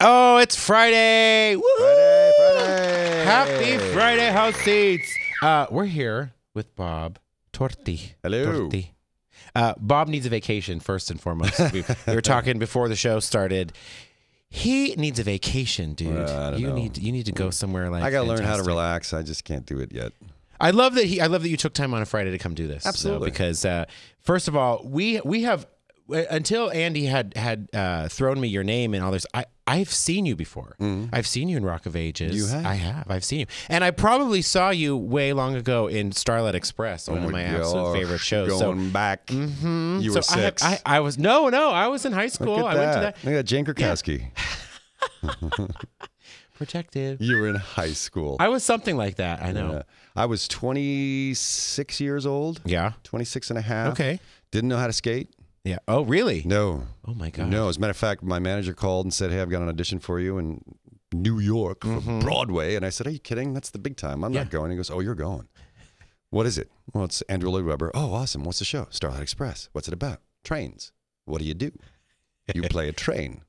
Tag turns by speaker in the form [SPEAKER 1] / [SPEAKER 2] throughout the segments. [SPEAKER 1] Oh, It's Friday. Woo!
[SPEAKER 2] Friday, Friday.
[SPEAKER 1] Happy Friday, house seats. Uh, we're here with Bob Torti.
[SPEAKER 2] Hello.
[SPEAKER 1] Torti. Uh, Bob needs a vacation first and foremost. we, we were talking before the show started. He needs a vacation, dude.
[SPEAKER 2] Well, Uh, I don't
[SPEAKER 1] you
[SPEAKER 2] know.
[SPEAKER 1] need you need to go somewhere like
[SPEAKER 2] I gotta learn how to
[SPEAKER 1] fantastic.
[SPEAKER 2] relax. I just can't do it yet.
[SPEAKER 1] I love that he. I love that you took time on a Friday to come do this. though,
[SPEAKER 2] Absolutely.
[SPEAKER 1] because uh, first of all, we we have uh, until Andy had had uh, thrown me your name and all this. I I've seen you before. I've seen you in Rock of Ages.
[SPEAKER 2] Mm-hmm. You have?
[SPEAKER 1] I have. I've seen you, and I probably saw you way long ago in Starlight Express, one of my absolute
[SPEAKER 2] Oh gosh,
[SPEAKER 1] favorite shows. Mm-hmm.
[SPEAKER 2] Going back, you
[SPEAKER 1] so
[SPEAKER 2] were
[SPEAKER 1] I,
[SPEAKER 2] six.
[SPEAKER 1] I, I was no, no. I was in high school.
[SPEAKER 2] Look
[SPEAKER 1] I
[SPEAKER 2] at
[SPEAKER 1] went to
[SPEAKER 2] that.
[SPEAKER 1] that
[SPEAKER 2] Look at Jane Krakowski.
[SPEAKER 1] protective.
[SPEAKER 2] You were in high school.
[SPEAKER 1] I was something like that. I know.
[SPEAKER 2] Yeah. I was 26 years old.
[SPEAKER 1] Yeah.
[SPEAKER 2] 26 and a half.
[SPEAKER 1] Okay.
[SPEAKER 2] Didn't know how to skate.
[SPEAKER 1] Yeah. Oh, really?
[SPEAKER 2] No.
[SPEAKER 1] Oh my god.
[SPEAKER 2] No. As a matter of fact, my manager called and said, "Hey, I've got an audition for you in New York for Broadway." And I said, "Are you kidding? That's the big time. I'm
[SPEAKER 1] Mm-hmm. Yeah.
[SPEAKER 2] not going." He goes, "Oh, you're going. What is it? Well, it's Andrew Lloyd Webber. Oh, awesome. What's the show? Starlight Express. What's it about? Trains. What do you do? You play a train.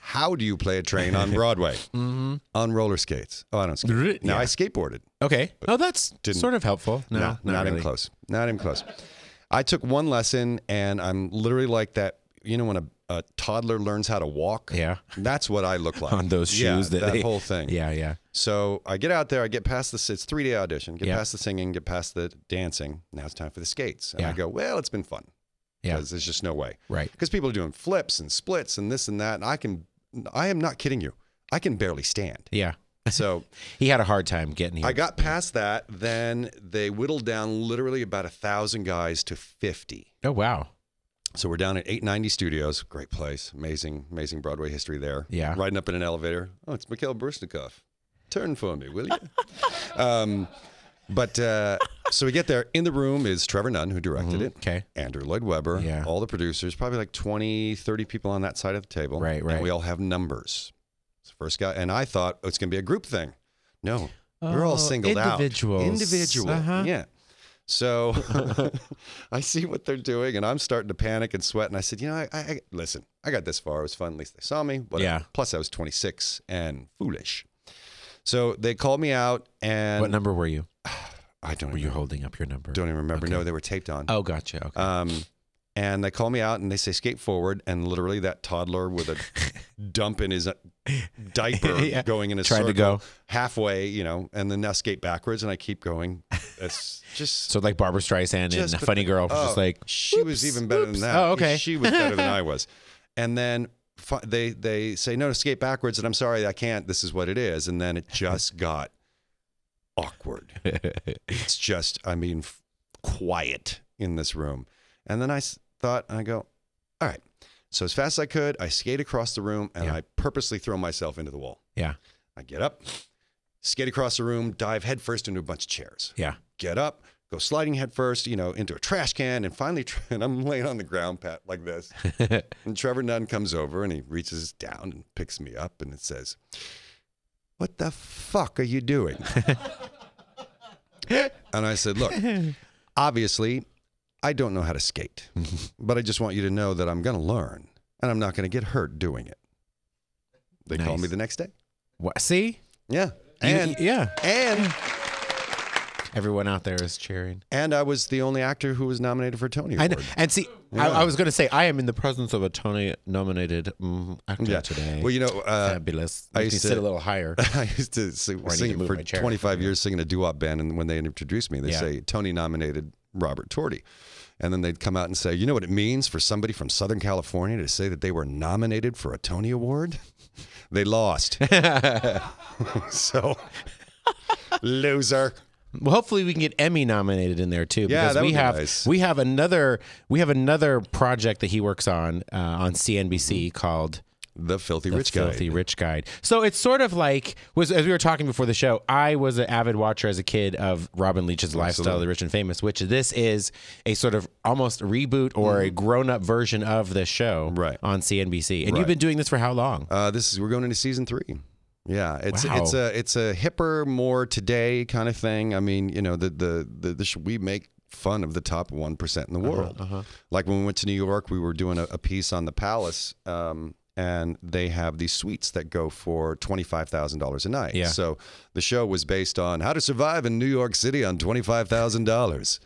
[SPEAKER 2] How do you play a train on Broadway?
[SPEAKER 1] Mm-hmm.
[SPEAKER 2] on roller skates. Oh, I don't skate. Now I skateboarded.
[SPEAKER 1] Okay. Oh, that's
[SPEAKER 2] Didn't-
[SPEAKER 1] sort of helpful. No,
[SPEAKER 2] not, even
[SPEAKER 1] really.
[SPEAKER 2] close. Not even close. I took one lesson, and I'm literally like that. You know, when a, a toddler learns how to walk,
[SPEAKER 1] Yeah.
[SPEAKER 2] that's what I look like
[SPEAKER 1] On those
[SPEAKER 2] Yeah,
[SPEAKER 1] shoes that they-
[SPEAKER 2] whole thing.
[SPEAKER 1] Yeah, yeah.
[SPEAKER 2] So I get out there, I get past this. It's three day audition. Get
[SPEAKER 1] Yeah.
[SPEAKER 2] past the singing, get past the dancing. Now it's time for the skates, and I
[SPEAKER 1] Yeah.
[SPEAKER 2] go, well, it's been fun.
[SPEAKER 1] Yeah.
[SPEAKER 2] because there's just no way.
[SPEAKER 1] Right.
[SPEAKER 2] Because people are doing flips and splits and this and that, and I can, I am not kidding you. I can barely stand.
[SPEAKER 1] Yeah.
[SPEAKER 2] So
[SPEAKER 1] He had a hard time getting here.
[SPEAKER 2] I got past that. Then they whittled down literally about a thousand guys to 50.
[SPEAKER 1] oh wow.
[SPEAKER 2] So we're down at 890 Studios. Great place. Amazing, amazing Broadway history there.
[SPEAKER 1] Yeah.
[SPEAKER 2] Riding up in an elevator. Oh, it's Mikhail Brusnikov. Turn for me, will you? um, but uh, so we get there. In the room is Trevor Nunn, who directed it.
[SPEAKER 1] Okay.
[SPEAKER 2] Andrew Lloyd Webber,
[SPEAKER 1] Mm-hmm. Yeah.
[SPEAKER 2] all the producers, probably like 20, 30 people on that side of the table.
[SPEAKER 1] Right, right.
[SPEAKER 2] And we all have numbers. It's the first guy. And I thought oh, it's going to be a group thing. No, we're all
[SPEAKER 1] Oh,
[SPEAKER 2] singled
[SPEAKER 1] individuals.
[SPEAKER 2] out. Individual.
[SPEAKER 1] Uh-huh.
[SPEAKER 2] Yeah. So I see what they're doing and I'm starting to panic and sweat. And I said, you know, I, I, I listen, I got this far. It was fun. At least they saw me. Whatever.
[SPEAKER 1] Yeah.
[SPEAKER 2] Plus, I was 26 and foolish. So they called me out and
[SPEAKER 1] What number were you?
[SPEAKER 2] I don't,
[SPEAKER 1] Were you
[SPEAKER 2] even,
[SPEAKER 1] holding up your number?
[SPEAKER 2] don't even remember.
[SPEAKER 1] Okay.
[SPEAKER 2] No, they were taped on.
[SPEAKER 1] Oh, gotcha. Okay.
[SPEAKER 2] Um, and they call me out and they say skate forward, and literally that toddler with a dump in his uh, diaper
[SPEAKER 1] Yeah.
[SPEAKER 2] going in a
[SPEAKER 1] Tried to
[SPEAKER 2] circle
[SPEAKER 1] go.
[SPEAKER 2] halfway, you know, and then now skate backwards, and I keep going. It's just
[SPEAKER 1] so like Barbara Streisand and
[SPEAKER 2] just
[SPEAKER 1] a Funny Girl,
[SPEAKER 2] oh,
[SPEAKER 1] just like
[SPEAKER 2] she was
[SPEAKER 1] "Whoops,
[SPEAKER 2] even better
[SPEAKER 1] whoops."
[SPEAKER 2] than that.
[SPEAKER 1] Oh, okay.
[SPEAKER 2] she was better than I was. And then fi- they they say no to skate backwards, and I'm sorry, I can't. This is what it is. And then it just got awkward it's just, I mean, f- quiet in this room. And then I s- thought, I go, all right. So as fast as I could, I skate across the room and
[SPEAKER 1] Yeah.
[SPEAKER 2] I purposely throw myself into the wall.
[SPEAKER 1] yeah,
[SPEAKER 2] I get up, skate across the room, dive headfirst into a bunch of chairs.
[SPEAKER 1] yeah.
[SPEAKER 2] Get up, go sliding headfirst, you know, into a trash can, and finally, tr- and I'm laying on the ground, Pat, like this. and Trevor Nunn comes over and he reaches down and picks me up and it says, "What the fuck are you doing?" and I said, "Look, obviously, I don't know how to skate, but I just want you to know that I'm going to learn and I'm not going to get hurt doing it." They call
[SPEAKER 1] Nice.
[SPEAKER 2] me the next day.
[SPEAKER 1] What? See,
[SPEAKER 2] Yeah.
[SPEAKER 1] You- e
[SPEAKER 2] And
[SPEAKER 1] yeah,
[SPEAKER 2] and
[SPEAKER 1] everyone out there is cheering.
[SPEAKER 2] and I was the only actor who was nominated for a Tony
[SPEAKER 1] I
[SPEAKER 2] Award.
[SPEAKER 1] know. And see, I, I was going to say I am in the presence of a Tony-nominated mm, actor
[SPEAKER 2] Yeah.
[SPEAKER 1] today.
[SPEAKER 2] Well, you know, uh,
[SPEAKER 1] Fabulous.
[SPEAKER 2] I
[SPEAKER 1] Makes me
[SPEAKER 2] used to-
[SPEAKER 1] sit a little higher.
[SPEAKER 2] I used to sing,
[SPEAKER 1] I need
[SPEAKER 2] sing
[SPEAKER 1] to move
[SPEAKER 2] for
[SPEAKER 1] my chair.
[SPEAKER 2] 25 years singing a doo-wop band, and when they introduced me, they
[SPEAKER 1] Yeah.
[SPEAKER 2] say Tony nominated Robert Torti, and then they'd come out and say, "You know what it means for somebody from Southern California to say that they were nominated for a Tony Award? They lost, so loser."
[SPEAKER 1] Well, hopefully we can get Emmy nominated in there too.
[SPEAKER 2] Yeah,
[SPEAKER 1] because
[SPEAKER 2] that
[SPEAKER 1] we
[SPEAKER 2] would be
[SPEAKER 1] have
[SPEAKER 2] nice.
[SPEAKER 1] we have another we have another project that he works on uh, on CNBC
[SPEAKER 2] Mm-hmm.
[SPEAKER 1] called
[SPEAKER 2] The filthy
[SPEAKER 1] The
[SPEAKER 2] rich guy.
[SPEAKER 1] Filthy Rich Guide. So it's sort of like was as we were talking before the show. I was an avid watcher as a kid of Robin Leach's Lifestyle of the Rich and Famous, which this is a sort of almost reboot or a grown up version of the show
[SPEAKER 2] Mm-hmm. Right.
[SPEAKER 1] on CNBC. And
[SPEAKER 2] Right.
[SPEAKER 1] you've been doing this for how long?
[SPEAKER 2] Uh, this is we're going into season three. Yeah, it's
[SPEAKER 1] Wow.
[SPEAKER 2] it's a it's a hipper, more today kind of thing. I mean, you know, the the the, the sh- we make fun of the top
[SPEAKER 1] Uh-huh,
[SPEAKER 2] one percent in the world. Like when we went to New York, we were doing a, a piece on the palace, um, and they have these suites that go for $25,000 a night.
[SPEAKER 1] Yeah.
[SPEAKER 2] So the show was based on how to survive in New York City on $25,000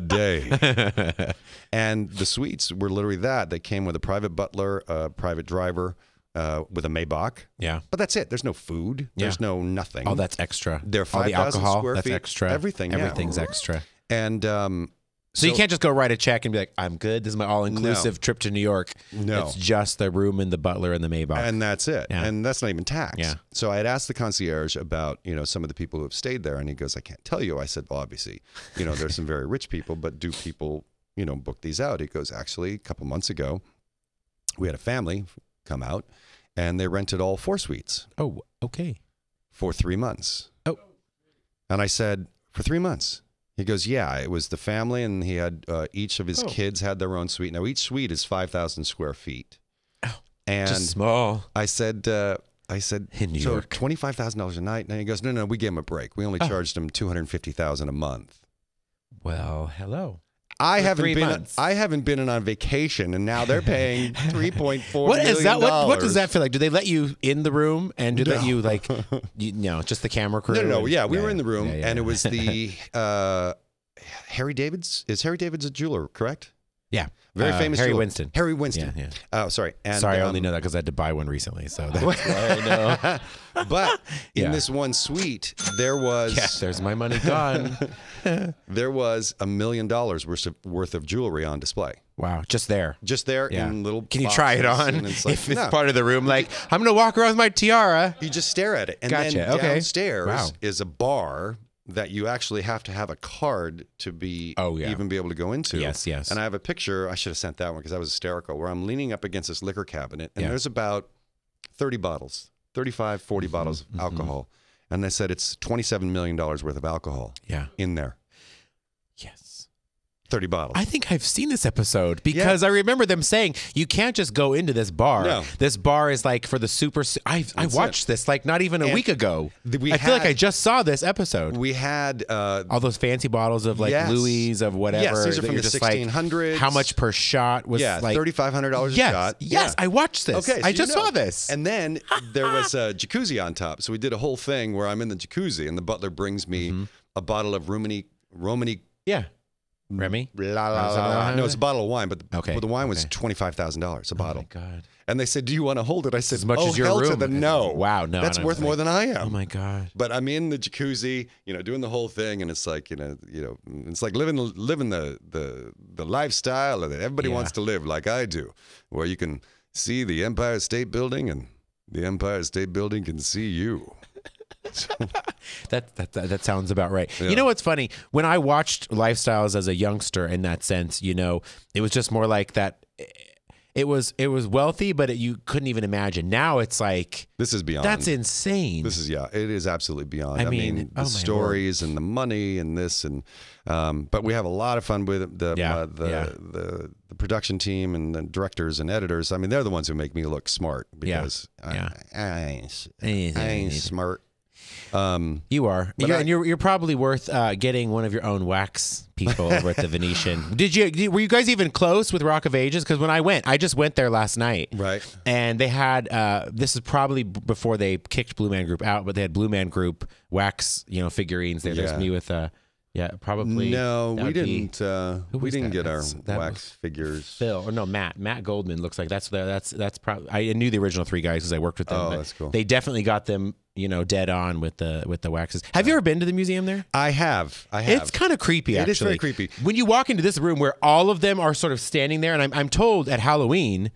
[SPEAKER 2] day. and the suites were literally that. They came with a private butler, a private driver, uh, with a Maybach.
[SPEAKER 1] Yeah.
[SPEAKER 2] But that's it. There's no food. There's no nothing.
[SPEAKER 1] All Oh, that's extra.
[SPEAKER 2] They're
[SPEAKER 1] All the
[SPEAKER 2] 5,000
[SPEAKER 1] alcohol.
[SPEAKER 2] square
[SPEAKER 1] that's
[SPEAKER 2] feet.
[SPEAKER 1] extra.
[SPEAKER 2] Everything, yeah.
[SPEAKER 1] Everything's extra.
[SPEAKER 2] and um,
[SPEAKER 1] So, you can't just go write a check and be like, "I'm good. This is my all-inclusive trip to New York."
[SPEAKER 2] No.
[SPEAKER 1] it's just the room and the butler and the Maybach.
[SPEAKER 2] and that's it.
[SPEAKER 1] Yeah.
[SPEAKER 2] And that's not even tax.
[SPEAKER 1] Yeah.
[SPEAKER 2] So I had asked the concierge about, you know, some of the people who have stayed there and he goes, I can't tell you. I said, Well, obviously, you know, there's some very rich people, but do people, you know, book these out? He goes, Actually, a couple months ago, we had a family come out and they rented all four suites
[SPEAKER 1] oh, okay.
[SPEAKER 2] for three months.
[SPEAKER 1] Oh.
[SPEAKER 2] And I said, For three months. He goes, Yeah, it was the family and he had uh, each of his
[SPEAKER 1] Oh.
[SPEAKER 2] kids had their own suite. Now each suite is five thousand square feet. And
[SPEAKER 1] Oh. just small.
[SPEAKER 2] I said, uh, I said,
[SPEAKER 1] In New
[SPEAKER 2] so
[SPEAKER 1] York.
[SPEAKER 2] twenty five thousand dollars a night. And he goes, no, no, we gave him a break. We only
[SPEAKER 1] Oh.
[SPEAKER 2] charged him two hundred fifty thousand a month.
[SPEAKER 1] Well, hello.
[SPEAKER 2] I
[SPEAKER 1] For
[SPEAKER 2] haven't
[SPEAKER 1] three
[SPEAKER 2] been.
[SPEAKER 1] months.
[SPEAKER 2] I haven't been on vacation, and now they're paying three point four.
[SPEAKER 1] What is that? What, what does that feel like? Do they let you in the room and do they let
[SPEAKER 2] No.
[SPEAKER 1] you like? You, no, just the camera crew.
[SPEAKER 2] No, no, no.
[SPEAKER 1] and-
[SPEAKER 2] Yeah, we were in the room,
[SPEAKER 1] yeah, yeah,
[SPEAKER 2] and it
[SPEAKER 1] yeah.
[SPEAKER 2] was the uh, Harry David's. Is Harry David's a jeweler? Correct.
[SPEAKER 1] yeah,
[SPEAKER 2] Very
[SPEAKER 1] Uh,
[SPEAKER 2] famous.
[SPEAKER 1] Harry
[SPEAKER 2] jeweler.
[SPEAKER 1] Winston.
[SPEAKER 2] Harry Winston.
[SPEAKER 1] Yeah, yeah.
[SPEAKER 2] Oh, sorry. And,
[SPEAKER 1] Sorry, I only
[SPEAKER 2] um,
[SPEAKER 1] know that because I had to buy one recently. So that's why I know.
[SPEAKER 2] But in
[SPEAKER 1] Yeah.
[SPEAKER 2] this one suite, there was
[SPEAKER 1] Yes, there's my money gone.
[SPEAKER 2] there was a million dollars worth of, worth of jewelry on display.
[SPEAKER 1] wow, just there.
[SPEAKER 2] Just there
[SPEAKER 1] Yeah.
[SPEAKER 2] in little.
[SPEAKER 1] Can you try it
[SPEAKER 2] boxes,
[SPEAKER 1] on?
[SPEAKER 2] and it's like,
[SPEAKER 1] if it's
[SPEAKER 2] no.
[SPEAKER 1] part of the room, like I'm gonna walk around with my tiara.
[SPEAKER 2] you just stare at it, and then
[SPEAKER 1] Gotcha. Okay.
[SPEAKER 2] downstairs
[SPEAKER 1] Wow.
[SPEAKER 2] is a bar that you actually have to have a card to be
[SPEAKER 1] Oh, yeah.
[SPEAKER 2] even be able to go into.
[SPEAKER 1] Yes, yes.
[SPEAKER 2] And I have a picture. I should have sent that one because I was hysterical. Where I'm leaning up against this liquor cabinet, and
[SPEAKER 1] Yeah.
[SPEAKER 2] there's about 30 bottles, 35, 40
[SPEAKER 1] Mm-hmm,
[SPEAKER 2] bottles of alcohol, and they said it's 27 million dollars worth of alcohol
[SPEAKER 1] Yeah.
[SPEAKER 2] in there,
[SPEAKER 1] Yes.
[SPEAKER 2] 30 bottles.
[SPEAKER 1] I think I've seen this episode because I remember them saying you can't just go into this bar.
[SPEAKER 2] No.
[SPEAKER 1] This bar is like for the super. I I
[SPEAKER 2] That's
[SPEAKER 1] watched this like not even a
[SPEAKER 2] And
[SPEAKER 1] week ago.
[SPEAKER 2] th- we
[SPEAKER 1] I feel like
[SPEAKER 2] had-
[SPEAKER 1] I just saw this episode.
[SPEAKER 2] we had uh,
[SPEAKER 1] All those fancy bottles of like
[SPEAKER 2] Yes.
[SPEAKER 1] Louis of whatever.
[SPEAKER 2] Yes, these are
[SPEAKER 1] that
[SPEAKER 2] from
[SPEAKER 1] you're
[SPEAKER 2] the
[SPEAKER 1] just like,
[SPEAKER 2] 1600s.
[SPEAKER 1] how much per shot was
[SPEAKER 2] yeah
[SPEAKER 1] like?
[SPEAKER 2] thirty five hundred dollars
[SPEAKER 1] yes,
[SPEAKER 2] a shot.
[SPEAKER 1] yes.
[SPEAKER 2] Yeah.
[SPEAKER 1] I watched this.
[SPEAKER 2] Okay, so
[SPEAKER 1] I
[SPEAKER 2] you
[SPEAKER 1] just
[SPEAKER 2] know.
[SPEAKER 1] saw this.
[SPEAKER 2] And then there was a jacuzzi on top, so we did a whole thing where I'm in the jacuzzi, and the butler brings me
[SPEAKER 1] Mm-hmm.
[SPEAKER 2] a bottle of Romany Romany.
[SPEAKER 1] yeah.
[SPEAKER 2] Mm.
[SPEAKER 1] Remy.
[SPEAKER 2] La, la, la, la. No, it's a bottle of wine, but the,
[SPEAKER 1] Okay,
[SPEAKER 2] but the wine was
[SPEAKER 1] okay.
[SPEAKER 2] twenty five thousand dollars a bottle.
[SPEAKER 1] Oh God.
[SPEAKER 2] and they said, "Do you want to hold it?" I said,
[SPEAKER 1] As much
[SPEAKER 2] "Oh
[SPEAKER 1] as your
[SPEAKER 2] hell to
[SPEAKER 1] room."
[SPEAKER 2] the no!
[SPEAKER 1] Wow, no, I
[SPEAKER 2] that's
[SPEAKER 1] don't
[SPEAKER 2] worth
[SPEAKER 1] think-
[SPEAKER 2] more than I am."
[SPEAKER 1] Oh my god.
[SPEAKER 2] but I'm in the jacuzzi, you know, doing the whole thing, and it's like, you know, you know, it's like living living the the the lifestyle that everybody
[SPEAKER 1] Yeah.
[SPEAKER 2] wants to live, like I do, where you can see the Empire State Building, and the Empire State Building can see you.
[SPEAKER 1] That that that, that sounds about right.
[SPEAKER 2] Yeah.
[SPEAKER 1] You know what's funny? When I watched lifestyles as a youngster, in that sense, you know, it was just more like that. eh, It was it was wealthy, but it, you couldn't even imagine. Now it's like
[SPEAKER 2] This is beyond.
[SPEAKER 1] that's insane.
[SPEAKER 2] Um, This is yeah, it is absolutely beyond. I,
[SPEAKER 1] I
[SPEAKER 2] mean,
[SPEAKER 1] mean,
[SPEAKER 2] the
[SPEAKER 1] oh my
[SPEAKER 2] stories and the money and this and, um, but we have a lot of fun with it. the
[SPEAKER 1] Yeah,
[SPEAKER 2] uh, the,
[SPEAKER 1] yeah.
[SPEAKER 2] the the production team and the directors and editors. I mean, they're the ones who make me look smart because I,
[SPEAKER 1] yeah.
[SPEAKER 2] I ain't, s- I
[SPEAKER 1] Yeah.
[SPEAKER 2] ain't smart. Um,
[SPEAKER 1] Eh, you are,
[SPEAKER 2] But
[SPEAKER 1] you're,
[SPEAKER 2] I-
[SPEAKER 1] and you're you're probably worth uh, getting one of your own wax people over at the Venetian. Did you did- were you guys even close with Rock of Ages? Because when I went, I just went there last night.
[SPEAKER 2] right.
[SPEAKER 1] and they had uh, this is probably b- before they kicked Blue Man Group out, but they had Blue Man Group wax, you know, figurines. There,
[SPEAKER 2] Yeah.
[SPEAKER 1] there's me with uh, yeah, probably
[SPEAKER 2] No,
[SPEAKER 1] that
[SPEAKER 2] we
[SPEAKER 1] would be
[SPEAKER 2] didn't. Uh,
[SPEAKER 1] Who
[SPEAKER 2] we
[SPEAKER 1] was
[SPEAKER 2] didn't
[SPEAKER 1] that?
[SPEAKER 2] get our
[SPEAKER 1] That's- that
[SPEAKER 2] wax
[SPEAKER 1] was
[SPEAKER 2] figures.
[SPEAKER 1] Phil or no Matt. Matt Goldman looks like that's the, that's that's probably I knew the original three guys because I worked with them.
[SPEAKER 2] Oh,
[SPEAKER 1] but
[SPEAKER 2] that's cool.
[SPEAKER 1] They definitely got them, you know, dead on with the with the waxes. Have you ever been to the museum there?
[SPEAKER 2] I have. I have.
[SPEAKER 1] It's kind of creepy.
[SPEAKER 2] It
[SPEAKER 1] actually.
[SPEAKER 2] is very creepy.
[SPEAKER 1] When you walk into this room where all of them are sort of standing there, and I'm, I'm told at Halloween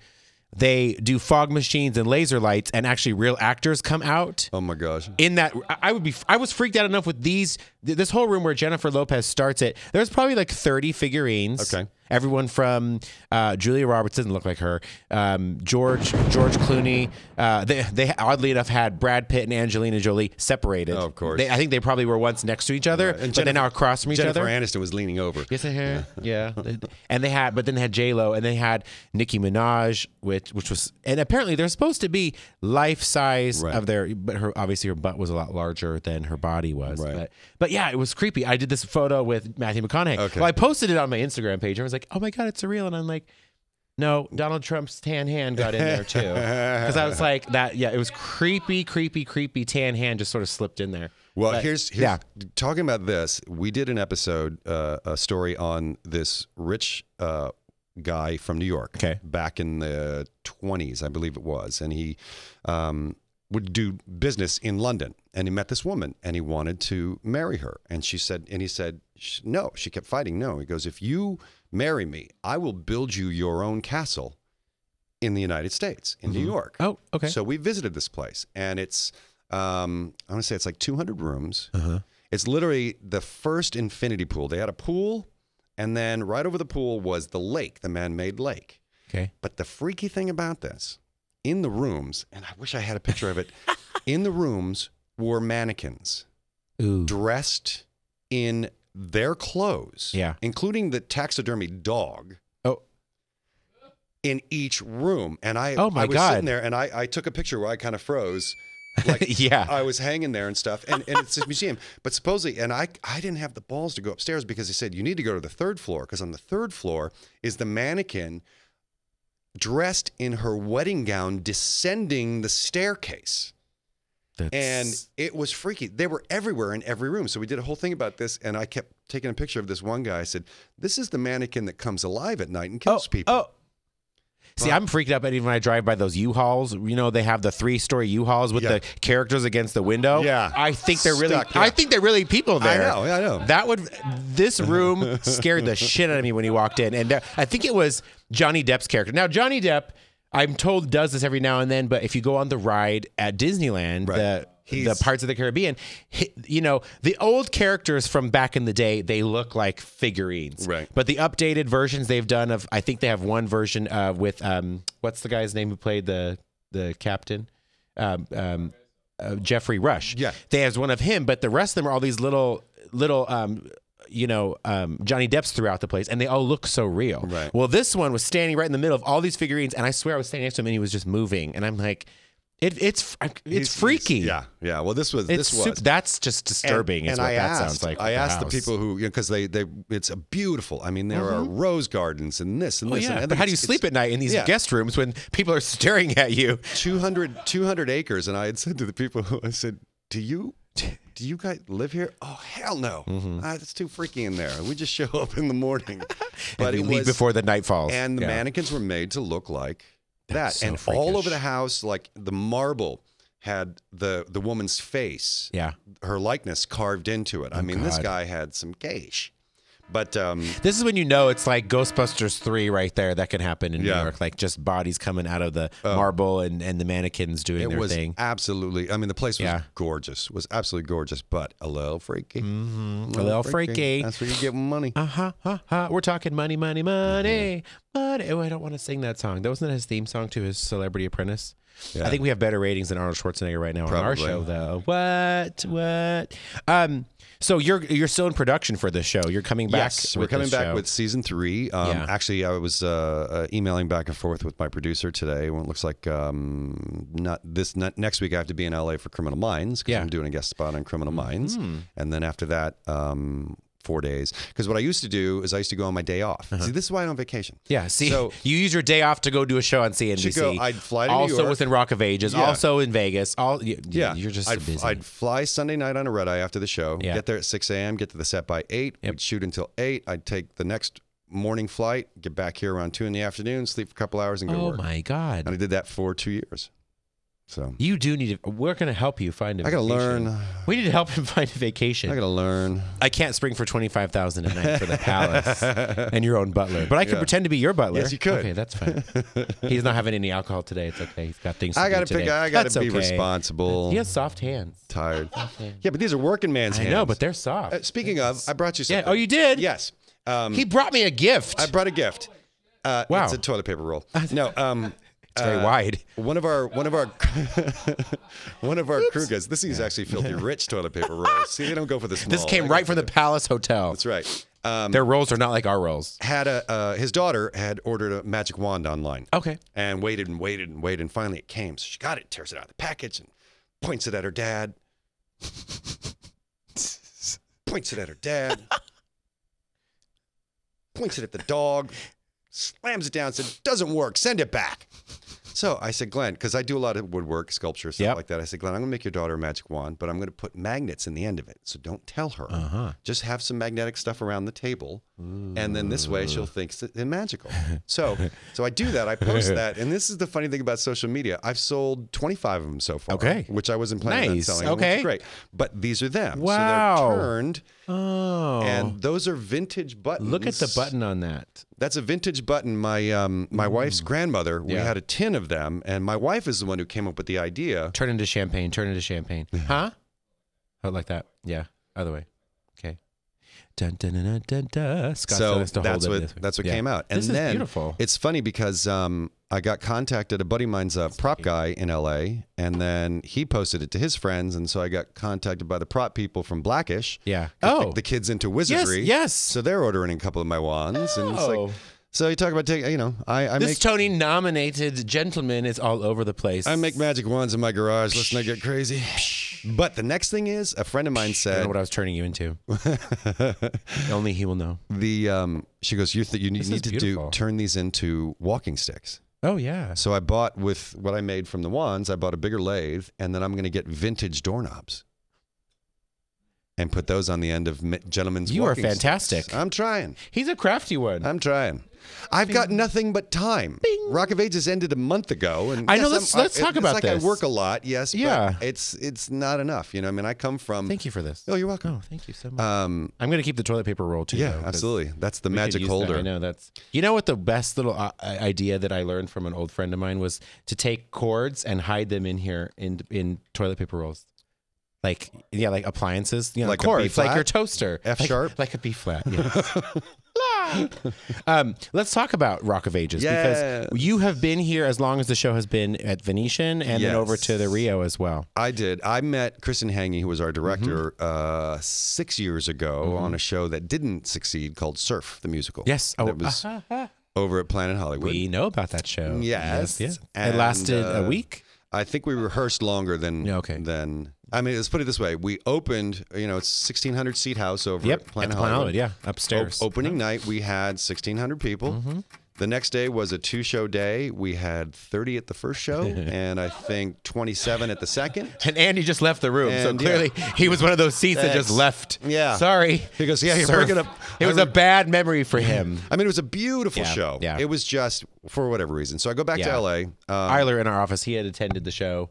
[SPEAKER 1] they do fog machines and laser lights, and actually real actors come out.
[SPEAKER 2] oh my gosh.
[SPEAKER 1] In that, I- I would be. I was freaked out enough with these. th- This whole room where Jennifer Lopez starts it. There's probably like 30 figurines.
[SPEAKER 2] Okay.
[SPEAKER 1] Everyone from uh, Julia Roberts doesn't look like her. Um, George George Clooney. Uh, they they oddly enough had Brad Pitt and Angelina Jolie separated.
[SPEAKER 2] Oh, of course.
[SPEAKER 1] They, I think they probably were once next to each other,
[SPEAKER 2] And
[SPEAKER 1] but they're now across from each
[SPEAKER 2] Jennifer
[SPEAKER 1] other.
[SPEAKER 2] Aniston was leaning over.
[SPEAKER 1] Yes, I hear. Yeah. and they had, but then they had J Lo, and they had Nicki Minaj, which which was, and apparently they're supposed to be life size
[SPEAKER 2] Right.
[SPEAKER 1] of their, but her obviously her butt was a lot larger than her body was.
[SPEAKER 2] Right.
[SPEAKER 1] But, but yeah, it was creepy. I did this photo with Matthew McConaughey.
[SPEAKER 2] Okay.
[SPEAKER 1] Well, I posted it on my Instagram page. I was like, oh my god, it's surreal, and I'm like. No, Donald Trump's tan hand got in there too. Because I was like, that, yeah, it was creepy, creepy, creepy tan hand just sort of slipped in there.
[SPEAKER 2] Well,
[SPEAKER 1] But-
[SPEAKER 2] here's, here's
[SPEAKER 1] yeah.
[SPEAKER 2] talking about this. We did an episode, uh, a story on this rich uh, guy from New York
[SPEAKER 1] Okay.
[SPEAKER 2] back in the 20s, I believe it was. And he um, would do business in London. And he met this woman and he wanted to marry her. And she said, and he said, sh- no. She kept fighting, no. He goes, if you marry me, I will build you your own castle in the United States, in New York.
[SPEAKER 1] Oh, okay.
[SPEAKER 2] So we visited this place, and it's um, I want to say it's like 200 rooms. It's literally the first infinity pool. They had a pool, and then right over the pool was the lake, the man-made lake.
[SPEAKER 1] okay.
[SPEAKER 2] But the freaky thing about this, in the rooms, and I wish I had a picture of it, in the rooms were mannequins
[SPEAKER 1] Ooh.
[SPEAKER 2] dressed in their clothes,
[SPEAKER 1] Yeah.
[SPEAKER 2] including the taxidermy dog
[SPEAKER 1] Oh,
[SPEAKER 2] in each room. And I,
[SPEAKER 1] Oh my
[SPEAKER 2] I was
[SPEAKER 1] God.
[SPEAKER 2] sitting there and I, I took a picture where I kind of froze. Like
[SPEAKER 1] Yeah.
[SPEAKER 2] I was hanging there and stuff. And, and it's this museum. But supposedly, and I, I didn't have the balls to go upstairs because he said, you need to go to the third floor because on the third floor is the mannequin dressed in her wedding gown descending the staircase.
[SPEAKER 1] that's,
[SPEAKER 2] And it was freaky. They were everywhere in every room. So we did a whole thing about this, and I kept taking a picture of this one guy. I said, "This is the mannequin that comes alive at night and kills
[SPEAKER 1] oh,
[SPEAKER 2] people."
[SPEAKER 1] Oh. See, I'm freaked out even when I drive by those U-Hauls. You know, they have the three-story U-Hauls with
[SPEAKER 2] Yeah.
[SPEAKER 1] the characters against the window.
[SPEAKER 2] Yeah.
[SPEAKER 1] I think they're really
[SPEAKER 2] Stuck, yeah.
[SPEAKER 1] I think they're really people
[SPEAKER 2] I
[SPEAKER 1] there.
[SPEAKER 2] know, I know.
[SPEAKER 1] That would this room scared the shit out of me when he walked in. And there, I think it was Johnny Depp's character. Now Johnny Depp, I'm told does this every now and then, but if you go on the ride at Disneyland,
[SPEAKER 2] Right.
[SPEAKER 1] the
[SPEAKER 2] He's-
[SPEAKER 1] the parts of the Caribbean, hi- you know, the old characters from back in the day, they look like figurines.
[SPEAKER 2] Right.
[SPEAKER 1] But the updated versions they've done of, I think they have one version uh, with um, what's the guy's name who played the the captain, um, um, uh, Jeffrey Rush.
[SPEAKER 2] Yeah.
[SPEAKER 1] They has one of him, but the rest of them are all these little little. Um, you know um, Johnny Depp's throughout the place, and they all look so real.
[SPEAKER 2] Right.
[SPEAKER 1] Well, this one was standing right in the middle of all these figurines, and I swear I was standing next to him, and he was just moving, and I'm like, it, it's it's
[SPEAKER 2] He's-
[SPEAKER 1] freaky.
[SPEAKER 2] he's- Yeah, yeah. Well, this was
[SPEAKER 1] It's
[SPEAKER 2] this was
[SPEAKER 1] sup- that's just disturbing. is what that
[SPEAKER 2] asked,
[SPEAKER 1] sounds like.
[SPEAKER 2] I
[SPEAKER 1] with
[SPEAKER 2] asked the
[SPEAKER 1] house.
[SPEAKER 2] people who because they they it's a beautiful. I mean, there are rose gardens and this and
[SPEAKER 1] Mm-hmm. Oh,
[SPEAKER 2] this. and I
[SPEAKER 1] yeah,
[SPEAKER 2] think
[SPEAKER 1] but how do you
[SPEAKER 2] it's- it's-
[SPEAKER 1] sleep at night in these
[SPEAKER 2] yeah.
[SPEAKER 1] guest rooms when people are staring at you?
[SPEAKER 2] 200, 200 acres. And I had said to the people, I said, do you, do you guys live here? Oh, hell no.
[SPEAKER 1] Mm-hmm.
[SPEAKER 2] Ah, it's too freaky in there. We just show up in the morning. But
[SPEAKER 1] But
[SPEAKER 2] it
[SPEAKER 1] you leave
[SPEAKER 2] was,
[SPEAKER 1] before the night falls.
[SPEAKER 2] and the
[SPEAKER 1] Yeah.
[SPEAKER 2] mannequins were made to look like that.
[SPEAKER 1] That's so
[SPEAKER 2] and all over
[SPEAKER 1] freakish.
[SPEAKER 2] the house, like the marble had the, the woman's face,
[SPEAKER 1] Yeah.
[SPEAKER 2] her likeness carved into it. I mean, this
[SPEAKER 1] Oh, God.
[SPEAKER 2] guy had some cash. But um,
[SPEAKER 1] This is when you know it's like Ghostbusters 3 right there that can happen in New
[SPEAKER 2] Yeah. Oh.
[SPEAKER 1] York. Like just bodies coming out of the marble and, and the mannequins doing
[SPEAKER 2] it
[SPEAKER 1] their
[SPEAKER 2] was
[SPEAKER 1] thing.
[SPEAKER 2] absolutely, I mean, the place was
[SPEAKER 1] Yeah.
[SPEAKER 2] gorgeous, was absolutely gorgeous, but a little freaky.
[SPEAKER 1] Mm-hmm. A little freaky.
[SPEAKER 2] That's where you get money.
[SPEAKER 1] Uh huh, uh huh. We're talking money, money, money, money. Oh, I don't want to sing that song. That wasn't his theme song to his Celebrity Apprentice. I think we have better ratings than Arnold Schwarzenegger right now on our
[SPEAKER 2] Probably.
[SPEAKER 1] show, though. What? What? Um. So you're you're still in production for this show. You're coming back.
[SPEAKER 2] Yes, we're
[SPEAKER 1] with
[SPEAKER 2] coming
[SPEAKER 1] this
[SPEAKER 2] back
[SPEAKER 1] show.
[SPEAKER 2] with season three. Um,
[SPEAKER 1] Yeah.
[SPEAKER 2] Actually, I was uh, uh, emailing back and forth with my producer today. Well, it looks like um, not this not, next week. I have to be in LA for Criminal Minds because
[SPEAKER 1] Yeah. Mm-hmm.
[SPEAKER 2] I'm doing a guest spot on Criminal Minds, and then after that, um, four days. Because what I used to do is I used to go on my day off.
[SPEAKER 1] Uh-huh.
[SPEAKER 2] See, this is why I don't vacation.
[SPEAKER 1] Yeah, see,
[SPEAKER 2] So-
[SPEAKER 1] you use your day off to go do a show on CNBC.
[SPEAKER 2] go- I'd fly to New
[SPEAKER 1] also
[SPEAKER 2] York.
[SPEAKER 1] within Rock of Ages,
[SPEAKER 2] Yeah.
[SPEAKER 1] also in Vegas. All you,
[SPEAKER 2] Yeah,
[SPEAKER 1] you're just
[SPEAKER 2] I'd,
[SPEAKER 1] busy.
[SPEAKER 2] I'd fly Sunday night on a red eye after the show.
[SPEAKER 1] Yeah.
[SPEAKER 2] Get there at six a.m. Get to the set by eight. We'd shoot until eight. I'd take the next morning flight. Get back here around two in the afternoon. Sleep for a couple hours and go to
[SPEAKER 1] oh
[SPEAKER 2] work.
[SPEAKER 1] my
[SPEAKER 2] and
[SPEAKER 1] God,
[SPEAKER 2] I did that for two years. So
[SPEAKER 1] you do need. to We're gonna help you find a.
[SPEAKER 2] I gotta
[SPEAKER 1] vacation.
[SPEAKER 2] learn. I
[SPEAKER 1] We need to help him find a vacation. I,
[SPEAKER 2] gotta learn.
[SPEAKER 1] can't spring for twenty five thousand a night for the palace and your own butler, but I could
[SPEAKER 2] Yeah.
[SPEAKER 1] pretend to be your butler.
[SPEAKER 2] Yes, you could.
[SPEAKER 1] Okay, that's fine. He's not having any alcohol today. It's okay. He's got things. To
[SPEAKER 2] I
[SPEAKER 1] do
[SPEAKER 2] gotta pick.
[SPEAKER 1] today.
[SPEAKER 2] I gotta
[SPEAKER 1] That's
[SPEAKER 2] be
[SPEAKER 1] okay.
[SPEAKER 2] responsible.
[SPEAKER 1] He has soft hands.
[SPEAKER 2] Tired. Yeah, but these are working man's
[SPEAKER 1] I
[SPEAKER 2] hands.
[SPEAKER 1] know, but they're
[SPEAKER 2] Uh,
[SPEAKER 1] soft.
[SPEAKER 2] speaking of, I brought you
[SPEAKER 1] Yeah.
[SPEAKER 2] something.
[SPEAKER 1] Oh, you did.
[SPEAKER 2] Yes. Um,
[SPEAKER 1] He brought me a gift.
[SPEAKER 2] I brought a gift. Uh,
[SPEAKER 1] Wow.
[SPEAKER 2] It's a toilet paper roll. No. Um.
[SPEAKER 1] it's very wide.
[SPEAKER 2] One of our one of our one of our crew guys. This is actually filthy rich toilet paper rolls. See, they don't go for oh, the small.
[SPEAKER 1] This
[SPEAKER 2] They
[SPEAKER 1] came
[SPEAKER 2] go
[SPEAKER 1] right
[SPEAKER 2] for
[SPEAKER 1] from the Palace Hotel.
[SPEAKER 2] That's right. Um,
[SPEAKER 1] Their rolls are not like our rolls.
[SPEAKER 2] had a uh, his daughter had ordered a magic wand online.
[SPEAKER 1] Okay.
[SPEAKER 2] and waited and waited and waited and finally it came. So she got it, tears it out of the package and points it at her dad. points it at her dad. points it at the dog. slams it down, said, doesn't work, send it back. So I said, Glenn, because I do a lot of woodwork, sculpture, stuff
[SPEAKER 1] Yep.
[SPEAKER 2] like that. I said, Glenn, I'm going to make your daughter a magic wand, but I'm going to put magnets in the end of it. So don't tell her.
[SPEAKER 1] Uh-huh.
[SPEAKER 2] Just have some magnetic stuff around the table. And then this way
[SPEAKER 1] Mm.
[SPEAKER 2] she'll think it's magical. So so I do that. I post that. And this is the funny thing about social media. I've sold 25 of them so far,
[SPEAKER 1] Okay.
[SPEAKER 2] which I wasn't planning on
[SPEAKER 1] Nice.
[SPEAKER 2] selling. which is
[SPEAKER 1] Okay.
[SPEAKER 2] Great. But these are them. So
[SPEAKER 1] Wow.
[SPEAKER 2] they're turned.
[SPEAKER 1] Oh.
[SPEAKER 2] And those are vintage buttons.
[SPEAKER 1] look at the button on that.
[SPEAKER 2] That's a vintage button. My um, my wife's grandmother. We
[SPEAKER 1] Mm. Yeah.
[SPEAKER 2] had a tin of them, and my wife is the one who came up with the idea.
[SPEAKER 1] Turn into champagne. Turn into champagne. Huh? Oh, like that. Yeah. Other way. Okay. Dun, dun, dun, dun, dun, dun. Scott
[SPEAKER 2] so
[SPEAKER 1] still has to hold
[SPEAKER 2] that's
[SPEAKER 1] it
[SPEAKER 2] what
[SPEAKER 1] this way.
[SPEAKER 2] that's what
[SPEAKER 1] Yeah.
[SPEAKER 2] came out. And
[SPEAKER 1] This is
[SPEAKER 2] then
[SPEAKER 1] beautiful.
[SPEAKER 2] It's funny because um, I got contacted. A buddy of mine's a prop guy in L.A., and then he posted it to his friends, and so I got contacted by the prop people from Blackish.
[SPEAKER 1] Yeah.
[SPEAKER 2] 'Cause
[SPEAKER 1] Oh.
[SPEAKER 2] the, the kids into
[SPEAKER 1] yes.
[SPEAKER 2] wizardry.
[SPEAKER 1] Yes.
[SPEAKER 2] So they're ordering a couple of my wands, and it's
[SPEAKER 1] Oh.
[SPEAKER 2] like, so you talk about taking. You know, I, I
[SPEAKER 1] this
[SPEAKER 2] make
[SPEAKER 1] Tony nominated gentleman is all over the place.
[SPEAKER 2] I make magic wands in my garage. Let's not get crazy. But the next thing is, a friend of mine
[SPEAKER 1] I don't know
[SPEAKER 2] said
[SPEAKER 1] what I was turning you into. Only he will know.
[SPEAKER 2] the um, she goes, you th- you need,
[SPEAKER 1] This is
[SPEAKER 2] need to do
[SPEAKER 1] beautiful.
[SPEAKER 2] turn these into walking sticks.
[SPEAKER 1] Oh yeah.
[SPEAKER 2] So I bought with what I made from the wands. I bought a bigger lathe, and then I'm going to get vintage doorknobs and put those on the end of mi- gentlemen's.
[SPEAKER 1] You are
[SPEAKER 2] walking sticks.
[SPEAKER 1] fantastic.
[SPEAKER 2] I'm trying.
[SPEAKER 1] He's a crafty one.
[SPEAKER 2] I'm trying. I've got nothing but time. Rock of Ages ended a month ago, and
[SPEAKER 1] I know, let's-
[SPEAKER 2] yes, I'm-
[SPEAKER 1] let's
[SPEAKER 2] I-
[SPEAKER 1] talk
[SPEAKER 2] it's
[SPEAKER 1] about
[SPEAKER 2] like
[SPEAKER 1] this.
[SPEAKER 2] I work a lot, yes.
[SPEAKER 1] Yeah.
[SPEAKER 2] but it's it's not enough. You know, I mean, I come from.
[SPEAKER 1] Thank you for this.
[SPEAKER 2] Oh, you're welcome.
[SPEAKER 1] Oh, thank you so much.
[SPEAKER 2] Um,
[SPEAKER 1] I'm gonna keep the toilet paper roll too.
[SPEAKER 2] yeah,
[SPEAKER 1] though, 'cause
[SPEAKER 2] absolutely. That's the
[SPEAKER 1] we could
[SPEAKER 2] magic
[SPEAKER 1] use that.
[SPEAKER 2] holder.
[SPEAKER 1] I know that's. You know what the best little uh, i- idea that I learned from an old friend of mine was to take cords and hide them in here in in toilet paper rolls. Like yeah, like appliances, you know,
[SPEAKER 2] Like a
[SPEAKER 1] cords, like
[SPEAKER 2] B-flat?
[SPEAKER 1] your toaster,
[SPEAKER 2] F
[SPEAKER 1] Like-
[SPEAKER 2] sharp?
[SPEAKER 1] like a B flat. Yes. La. um, let's talk about Rock of Ages
[SPEAKER 2] Yes.
[SPEAKER 1] because you have been here as long as the show has been at Venetian and then over to the
[SPEAKER 2] Yes.
[SPEAKER 1] Rio as well.
[SPEAKER 2] I did. I met Kristen Hange, who was our director,
[SPEAKER 1] Mm-hmm.
[SPEAKER 2] uh, six years ago on a show that didn't succeed called Surf, the musical.
[SPEAKER 1] Yes.
[SPEAKER 2] Oh,
[SPEAKER 1] Oh,
[SPEAKER 2] that was over at Planet Hollywood.
[SPEAKER 1] We know about that show.
[SPEAKER 2] Yes.
[SPEAKER 1] Yes. yeah.
[SPEAKER 2] And,
[SPEAKER 1] it lasted
[SPEAKER 2] uh,
[SPEAKER 1] a week.
[SPEAKER 2] I think we rehearsed longer than.
[SPEAKER 1] Yeah, okay.
[SPEAKER 2] Than I mean, let's put it this way: we opened. You know, it's 1600 seat house over
[SPEAKER 1] Yep.
[SPEAKER 2] at Planet
[SPEAKER 1] at the
[SPEAKER 2] Hollywood. Oh,
[SPEAKER 1] Hollywood. Yeah. Mm-hmm.
[SPEAKER 2] Op-
[SPEAKER 1] Upstairs.
[SPEAKER 2] opening night, we had 1,600 people. The next day was a two show day. We had 30 at the first show, and I think 27 at the second.
[SPEAKER 1] And Andy just left the room. so
[SPEAKER 2] And, yeah.
[SPEAKER 1] clearly he was one of those seats that
[SPEAKER 2] Thanks.
[SPEAKER 1] just left.
[SPEAKER 2] Yeah.
[SPEAKER 1] Sorry.
[SPEAKER 2] He goes, "Yeah, you're
[SPEAKER 1] Surf."
[SPEAKER 2] breaking up-
[SPEAKER 1] It was a bad memory for him.
[SPEAKER 2] I mean, it was a beautiful
[SPEAKER 1] Yeah,
[SPEAKER 2] show.
[SPEAKER 1] yeah.
[SPEAKER 2] It was just for whatever reason. So I go back
[SPEAKER 1] Yeah.
[SPEAKER 2] to LA. Um,
[SPEAKER 1] Eiler in our office, he had attended the show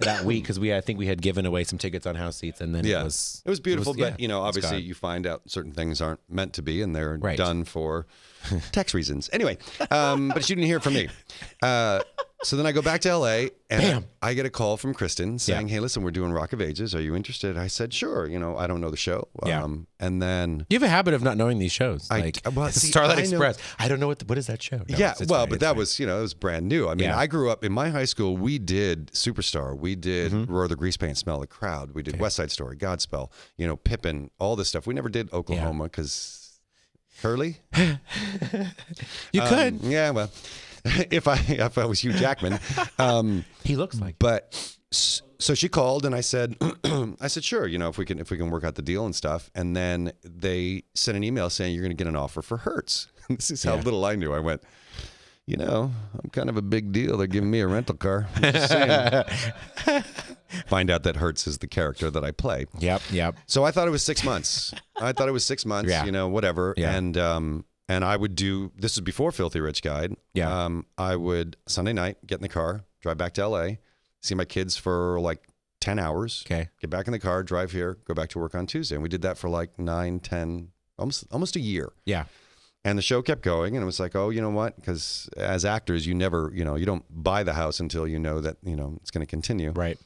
[SPEAKER 1] that week because we, I think we had given away some tickets on house seats, and then
[SPEAKER 2] yeah,
[SPEAKER 1] it was
[SPEAKER 2] beautiful, but
[SPEAKER 1] yeah,
[SPEAKER 2] you know,
[SPEAKER 1] it was
[SPEAKER 2] obviously,
[SPEAKER 1] gone.
[SPEAKER 2] you find out certain things aren't meant to be, and they're
[SPEAKER 1] Right.
[SPEAKER 2] done for tax reasons. Anyway, um, but you didn't hear from me. Uh, so then I go back to LA, and
[SPEAKER 1] Bam.
[SPEAKER 2] I get a call from Kristen saying, "Hey, listen, we're doing Rock of Ages. Are you interested?" I said, "Sure." You know, I don't know the show.
[SPEAKER 1] Yeah.
[SPEAKER 2] Um, and then
[SPEAKER 1] you have a habit of not knowing these shows.
[SPEAKER 2] I-
[SPEAKER 1] like
[SPEAKER 2] well, see,
[SPEAKER 1] Starlight
[SPEAKER 2] I know-
[SPEAKER 1] Express. I don't know what the, what is that show. No,
[SPEAKER 2] yeah,
[SPEAKER 1] it's- it's
[SPEAKER 2] well,
[SPEAKER 1] fine,
[SPEAKER 2] but
[SPEAKER 1] it's
[SPEAKER 2] that
[SPEAKER 1] fine.
[SPEAKER 2] was you know it was brand new. I mean,
[SPEAKER 1] Yeah.
[SPEAKER 2] I grew up in my high school. We did Superstar, we did
[SPEAKER 1] Mm-hmm.
[SPEAKER 2] Roar the Grease Paint, Smell the Crowd, we did West Side Story, Godspell, you know Pippin, all this stuff. We never did Oklahoma because Curly.
[SPEAKER 1] you
[SPEAKER 2] um,
[SPEAKER 1] could.
[SPEAKER 2] yeah, well, if I if I was Hugh Jackman, um,
[SPEAKER 1] He looks like
[SPEAKER 2] but s- so she called and I said, I said sure, you know if we can if we can work out the deal and stuff. And then they sent an email saying you're going to get an offer for Hertz. this is how little I knew. I went, you know, I'm kind of a big deal. They're giving me a rental car. I'm just saying. Find out that Hertz is the character that I play.
[SPEAKER 1] Yep. Yep.
[SPEAKER 2] So I thought it was six months. I thought it was six months.
[SPEAKER 1] Yeah.
[SPEAKER 2] You know, whatever.
[SPEAKER 1] Yeah.
[SPEAKER 2] And um, and I would do this is before Filthy Rich Guide.
[SPEAKER 1] Yeah.
[SPEAKER 2] Um, I would Sunday night get in the car, drive back to L.A., see my kids for like ten hours.
[SPEAKER 1] Okay.
[SPEAKER 2] Get back in the car, drive here, go back to work on Tuesday, and we did that for like nine, ten, almost almost a year.
[SPEAKER 1] Yeah.
[SPEAKER 2] And the show kept going, and it was like, oh, you know what? Because as actors, you never, you know, you don't buy the house until you know that you know it's going to continue.
[SPEAKER 1] Right.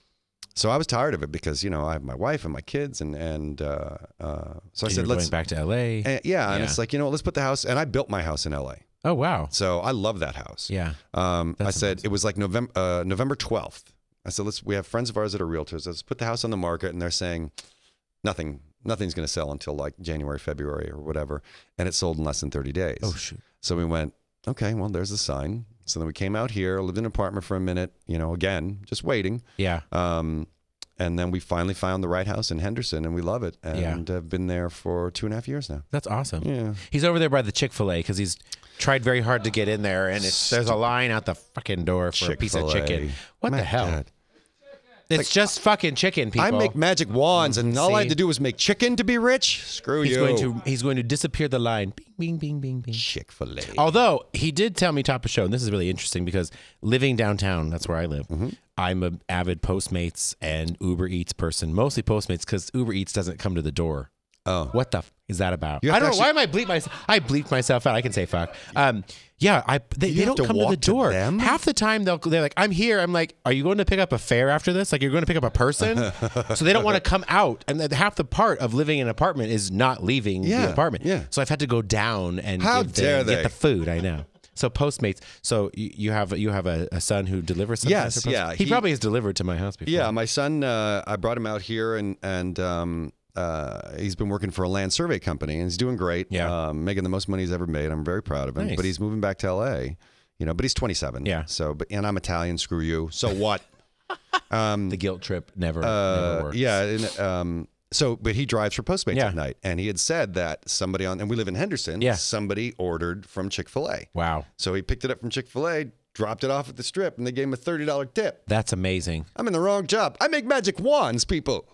[SPEAKER 2] So I was tired of it because you know I have my wife and my kids and and uh, uh, so I
[SPEAKER 1] You
[SPEAKER 2] said
[SPEAKER 1] were
[SPEAKER 2] let's
[SPEAKER 1] going back to L.A.
[SPEAKER 2] and- yeah and
[SPEAKER 1] Yeah.
[SPEAKER 2] it's like you know what, let's put the house and I built my house in L.A.
[SPEAKER 1] oh wow.
[SPEAKER 2] So I love that house.
[SPEAKER 1] Yeah.
[SPEAKER 2] Um, I
[SPEAKER 1] That's
[SPEAKER 2] said it was like November uh, November twelfth. I said let's we have friends of ours that are realtors. Let's put the house on the market and they're saying nothing nothing's going to sell until like January February or whatever and it sold in less than thirty days.
[SPEAKER 1] Oh shoot.
[SPEAKER 2] So we went, okay, well, there's a sign. So then we came out here, lived in an apartment for a minute, you know, again, just waiting.
[SPEAKER 1] Yeah.
[SPEAKER 2] Um, And then we finally found the right house in Henderson, and we love it,
[SPEAKER 1] Yeah.
[SPEAKER 2] and have been there for two and a half years now.
[SPEAKER 1] That's awesome.
[SPEAKER 2] Yeah.
[SPEAKER 1] He's over there by the Chick Fil A because he's tried very hard to get in there, and it's, there's a line out the fucking door for a piece of
[SPEAKER 2] Chick-fil-A.
[SPEAKER 1] chicken. What
[SPEAKER 2] My
[SPEAKER 1] the hell?
[SPEAKER 2] God.
[SPEAKER 1] It's just fucking chicken, people.
[SPEAKER 2] I make magic wands, and all I
[SPEAKER 1] See?
[SPEAKER 2] had to do was make chicken to be rich. Screw
[SPEAKER 1] he's
[SPEAKER 2] you.
[SPEAKER 1] going to he's going to disappear the line. Bing, bing, bing, bing, bing.
[SPEAKER 2] Chick Fil A.
[SPEAKER 1] Although he did tell me top of show, and this is really interesting because living downtown, that's where I live.
[SPEAKER 2] Mm-hmm.
[SPEAKER 1] I'm an avid Postmates and Uber Eats person, mostly Postmates because Uber Eats doesn't come to the door.
[SPEAKER 2] Oh.
[SPEAKER 1] what the f- is that about?
[SPEAKER 2] You
[SPEAKER 1] I
[SPEAKER 2] have to
[SPEAKER 1] don't. know why am I bleep myself? I bleeped myself out. I can say fuck. Um, yeah, I they, they don't
[SPEAKER 2] have to
[SPEAKER 1] come to the
[SPEAKER 2] walk to
[SPEAKER 1] door.
[SPEAKER 2] them?
[SPEAKER 1] Half the time they'll they're like, I'm here. I'm like, are you going to pick up a fare after this? Like you're going to pick up a person? so they don't want to come out. And then half the part of living in an apartment is not leaving
[SPEAKER 2] Yeah,
[SPEAKER 1] the apartment.
[SPEAKER 2] yeah.
[SPEAKER 1] So I've had to go down and
[SPEAKER 2] How
[SPEAKER 1] give the-
[SPEAKER 2] dare they.
[SPEAKER 1] get the food. I know. So Postmates. So you, you have you have a, a son who delivers. sometimes,
[SPEAKER 2] Yes,
[SPEAKER 1] I suppose?
[SPEAKER 2] yeah,
[SPEAKER 1] He,
[SPEAKER 2] he-
[SPEAKER 1] probably has delivered to my house before.
[SPEAKER 2] Yeah, my son. Uh, I brought him out here, and and um, uh, he's been working for a land survey company, and he's doing great.
[SPEAKER 1] Yeah.
[SPEAKER 2] um, making the most money he's ever made. I'm very proud of him.
[SPEAKER 1] Nice.
[SPEAKER 2] But he's moving back to L.A. You know, but he's 27.
[SPEAKER 1] Yeah.
[SPEAKER 2] So, but and I'm Italian. Screw you. So what?
[SPEAKER 1] The guilt trip never, never
[SPEAKER 2] Uh,
[SPEAKER 1] works.
[SPEAKER 2] yeah. And, um, so, but he drives for Postmates
[SPEAKER 1] Yeah.
[SPEAKER 2] at night, and he had said that somebody on, and we live in Henderson.
[SPEAKER 1] Yeah.
[SPEAKER 2] Somebody ordered from Chick Fil A.
[SPEAKER 1] Wow.
[SPEAKER 2] So he picked it up from Chick Fil A, dropped it off at the strip, and they gave him a thirty dollar tip.
[SPEAKER 1] That's amazing.
[SPEAKER 2] I'm in the wrong job. I make magic wands, people.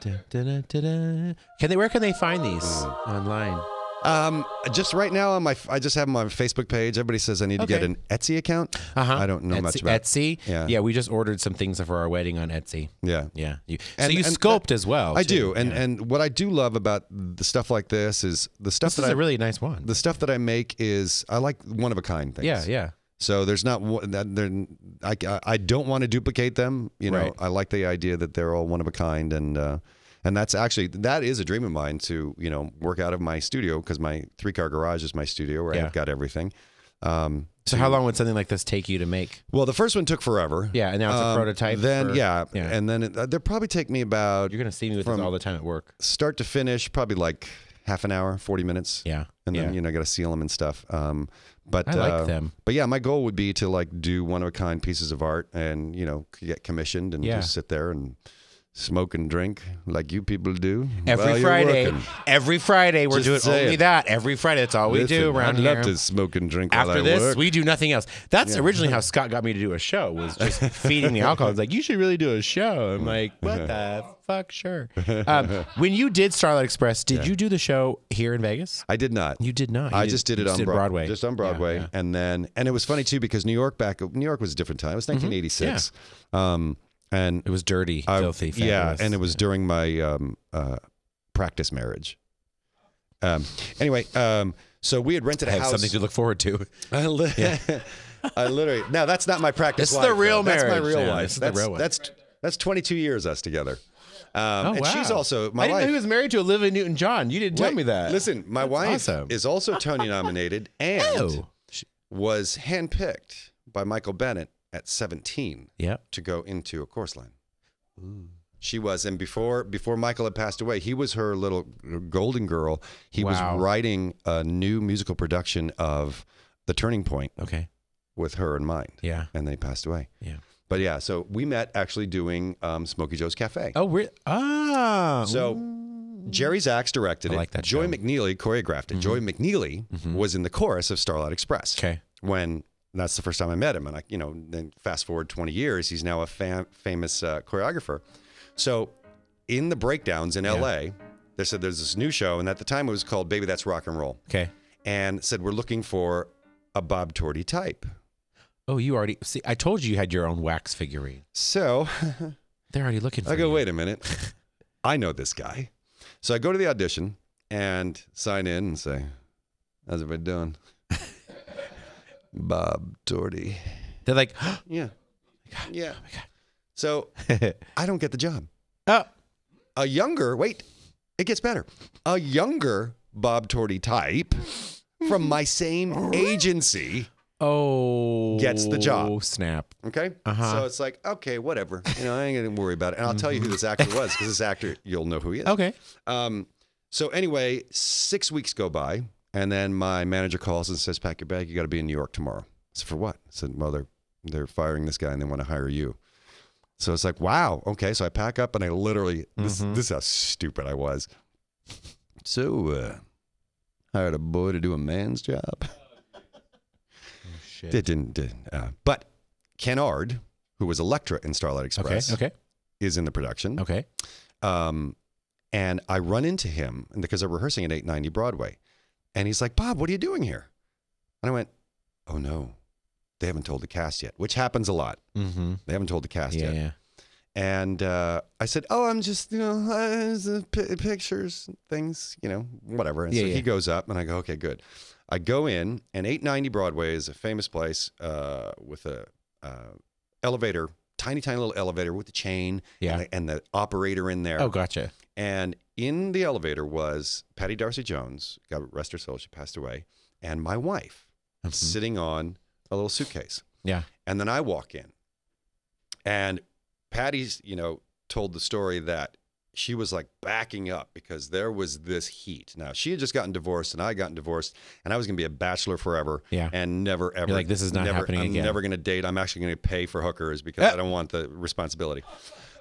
[SPEAKER 1] Dun, dun, dun, dun, dun. Can they? Where can they find these online?
[SPEAKER 2] Um, just right now on my, I just have them on my Facebook page. Everybody says I need to
[SPEAKER 1] Okay.
[SPEAKER 2] get an Etsy account.
[SPEAKER 1] Uh-huh.
[SPEAKER 2] I don't know
[SPEAKER 1] Etsy,
[SPEAKER 2] much about.
[SPEAKER 1] Etsy.
[SPEAKER 2] Yeah.
[SPEAKER 1] yeah, we just ordered some things for our wedding on Etsy.
[SPEAKER 2] Yeah,
[SPEAKER 1] Yeah, you, so
[SPEAKER 2] And-
[SPEAKER 1] you
[SPEAKER 2] and
[SPEAKER 1] sculpt as well.
[SPEAKER 2] I
[SPEAKER 1] too.
[SPEAKER 2] do. And and what I do love about the stuff like this is the stuff
[SPEAKER 1] this
[SPEAKER 2] that
[SPEAKER 1] is
[SPEAKER 2] I
[SPEAKER 1] a really nice one.
[SPEAKER 2] the stuff that I make is I like one of a kind things.
[SPEAKER 1] yeah, yeah.
[SPEAKER 2] So there's not one that they're, I I don't want to duplicate them. You know,
[SPEAKER 1] Right.
[SPEAKER 2] I like the idea that they're all one of a kind and. uh and that's actually that is a dream of mine to you know work out of my studio because my three car garage is my studio where
[SPEAKER 1] Yeah.
[SPEAKER 2] I've got everything. Um,
[SPEAKER 1] So how long would something like this take you to make?
[SPEAKER 2] Well, the first one took forever. Um,
[SPEAKER 1] Yeah, and now it's a prototype
[SPEAKER 2] Then
[SPEAKER 1] for-
[SPEAKER 2] yeah,
[SPEAKER 1] yeah.
[SPEAKER 2] and then it, uh, they'll probably take me about
[SPEAKER 1] You're gonna see me with this all the time at work.
[SPEAKER 2] start to finish, probably like half an hour, forty minutes.
[SPEAKER 1] Yeah,
[SPEAKER 2] and then
[SPEAKER 1] yeah.
[SPEAKER 2] you know got to seal them and stuff. Um, but
[SPEAKER 1] I like
[SPEAKER 2] uh,
[SPEAKER 1] them.
[SPEAKER 2] But yeah, my goal would be to like do one of a kind pieces of art and you know get commissioned and
[SPEAKER 1] Yeah.
[SPEAKER 2] just sit there and smoke and drink like you people do
[SPEAKER 1] Every
[SPEAKER 2] while you're
[SPEAKER 1] Friday,
[SPEAKER 2] working.
[SPEAKER 1] every Friday we're
[SPEAKER 2] Just
[SPEAKER 1] doing
[SPEAKER 2] saying.
[SPEAKER 1] only that. Every Friday, that's all we do
[SPEAKER 2] Listen,
[SPEAKER 1] around
[SPEAKER 2] I'd
[SPEAKER 1] here.
[SPEAKER 2] love to smoke and drink while
[SPEAKER 1] after
[SPEAKER 2] I
[SPEAKER 1] this,
[SPEAKER 2] work.
[SPEAKER 1] we do nothing else. That's originally how Scott got me to do a show was just feeding the alcohol. He's like, you should really do a show. I'm like, what the fuck? Sure. Um, when you did Starlight Express, did you do the show here in Vegas?
[SPEAKER 2] I did not.
[SPEAKER 1] You did not.
[SPEAKER 2] I
[SPEAKER 1] You
[SPEAKER 2] just did
[SPEAKER 1] you
[SPEAKER 2] it on Broad-
[SPEAKER 1] Broadway.
[SPEAKER 2] Just on Broadway, and then and it was funny too because New York back New York was a different time. It was
[SPEAKER 1] Mm-hmm.
[SPEAKER 2] 1986, um, and
[SPEAKER 1] It was dirty,
[SPEAKER 2] I-
[SPEAKER 1] filthy,
[SPEAKER 2] yeah,
[SPEAKER 1] fabulous.
[SPEAKER 2] and it was during my um, uh, practice marriage. Um, anyway, um, so we had rented a
[SPEAKER 1] I have
[SPEAKER 2] house.
[SPEAKER 1] something to look forward to.
[SPEAKER 2] I, li- I literally now that's not my practice.
[SPEAKER 1] This is
[SPEAKER 2] life,
[SPEAKER 1] the real
[SPEAKER 2] though. That's my
[SPEAKER 1] marriage,
[SPEAKER 2] real
[SPEAKER 1] yeah,
[SPEAKER 2] life.
[SPEAKER 1] this is the
[SPEAKER 2] that's,
[SPEAKER 1] real one.
[SPEAKER 2] That's that's 22 years us together. Um,
[SPEAKER 1] Oh,
[SPEAKER 2] and
[SPEAKER 1] wow.
[SPEAKER 2] she's
[SPEAKER 1] I
[SPEAKER 2] also my
[SPEAKER 1] didn't
[SPEAKER 2] wife.
[SPEAKER 1] know he was married to Olivia Newton John. You didn't tell
[SPEAKER 2] Wait,
[SPEAKER 1] me that.
[SPEAKER 2] Listen, my wife
[SPEAKER 1] awesome.
[SPEAKER 2] is also Tony nominated and
[SPEAKER 1] Oh.
[SPEAKER 2] was handpicked by Michael Bennett at 17
[SPEAKER 1] Yeah.
[SPEAKER 2] to go into a chorus line. She was, and before before Michael had passed away, he was her little golden girl. He
[SPEAKER 1] Wow.
[SPEAKER 2] was writing a new musical production of The Turning Point
[SPEAKER 1] Okay.
[SPEAKER 2] with her in mind,
[SPEAKER 1] Yeah.
[SPEAKER 2] and they passed away.
[SPEAKER 1] Yeah.
[SPEAKER 2] But yeah, so we met actually doing um, Smokey Joe's Cafe.
[SPEAKER 1] Oh, re- ah.
[SPEAKER 2] So Jerry Zachs directed
[SPEAKER 1] I
[SPEAKER 2] it.
[SPEAKER 1] like that
[SPEAKER 2] Joy
[SPEAKER 1] show. Mm-hmm.
[SPEAKER 2] McNeely choreographed it. Joy McNeely was in the chorus of Starlight Express.
[SPEAKER 1] Okay.
[SPEAKER 2] When that's the first time I met him, and I, you know, then fast forward 20 years, he's now a fam- famous uh, choreographer. So in the breakdowns in L.A., they said there's this new show, and at the time it was called Baby That's Rock and Roll,
[SPEAKER 1] okay.
[SPEAKER 2] and said we're looking for a Bob Tordy type.
[SPEAKER 1] Oh, you already see. I told you you had your own wax figurine.
[SPEAKER 2] So
[SPEAKER 1] They're already looking for
[SPEAKER 2] I go,
[SPEAKER 1] you.
[SPEAKER 2] wait a minute. I know this guy. So I go to the audition and sign in and say, How's everybody doing? Bob Torty.
[SPEAKER 1] They're like,
[SPEAKER 2] Yeah. Yeah. So I don't get the job.
[SPEAKER 1] oh,
[SPEAKER 2] A younger, wait, it gets better. A younger Bob Torty type from my same agency.
[SPEAKER 1] Oh,
[SPEAKER 2] Gets the job.
[SPEAKER 1] Snap.
[SPEAKER 2] Okay.
[SPEAKER 1] Uh-huh.
[SPEAKER 2] So it's like, okay, whatever. You know, I ain't going to worry about it. And I'll tell you who this actor was because this actor, you'll know who he is.
[SPEAKER 1] Okay.
[SPEAKER 2] Um, so anyway, six weeks go by, and then my manager calls and says, "Pack your bag. You got to be in New York tomorrow." I said, "For what?" I said, "Well, they're they're firing this guy, and they want to hire you." So it's like, wow, okay. So I pack up and I literally this
[SPEAKER 1] Mm-hmm.
[SPEAKER 2] this is how stupid I was. So uh, hired a boy to do a man's job. oh,
[SPEAKER 1] Shit.
[SPEAKER 2] It didn't, didn't uh, but Kennard, who was Electra in
[SPEAKER 1] Okay.
[SPEAKER 2] Starlight Express,
[SPEAKER 1] Okay.
[SPEAKER 2] is in the production.
[SPEAKER 1] Okay.
[SPEAKER 2] Um, and I run into him and because they're rehearsing at 890 Broadway. And he's like, Bob, what are you doing here? And I went, Oh no, they haven't told the cast yet, which happens a lot.
[SPEAKER 1] Mm-hmm.
[SPEAKER 2] They haven't told the cast
[SPEAKER 1] Yeah.
[SPEAKER 2] yet.
[SPEAKER 1] Yeah.
[SPEAKER 2] And uh, I said, Oh, I'm just, you know, uh, the pi pictures, things, you know, whatever. And
[SPEAKER 1] Yeah,
[SPEAKER 2] so
[SPEAKER 1] yeah.
[SPEAKER 2] he goes up and I go, Okay, good. I go in, and 890 Broadway is a famous place uh, with a uh, elevator, tiny, tiny little elevator with a chain
[SPEAKER 1] Yeah.
[SPEAKER 2] and, the, and the operator in there.
[SPEAKER 1] Oh, gotcha.
[SPEAKER 2] And in the elevator was Patty Darcy Jones, God rest her soul, she passed away, and my wife
[SPEAKER 1] Mm-hmm.
[SPEAKER 2] sitting on a little suitcase.
[SPEAKER 1] Yeah.
[SPEAKER 2] And then I walk in, and Patty's, you know, told the story that she was like backing up because there was this heat. Now she had just gotten divorced, and I had gotten divorced, and I was going to be a bachelor forever.
[SPEAKER 1] Yeah.
[SPEAKER 2] And never ever
[SPEAKER 1] like, "This is not
[SPEAKER 2] never-
[SPEAKER 1] happening
[SPEAKER 2] I'm
[SPEAKER 1] again." Eh.
[SPEAKER 2] never going to date. I'm actually going to pay for hookers because I don't want the responsibility.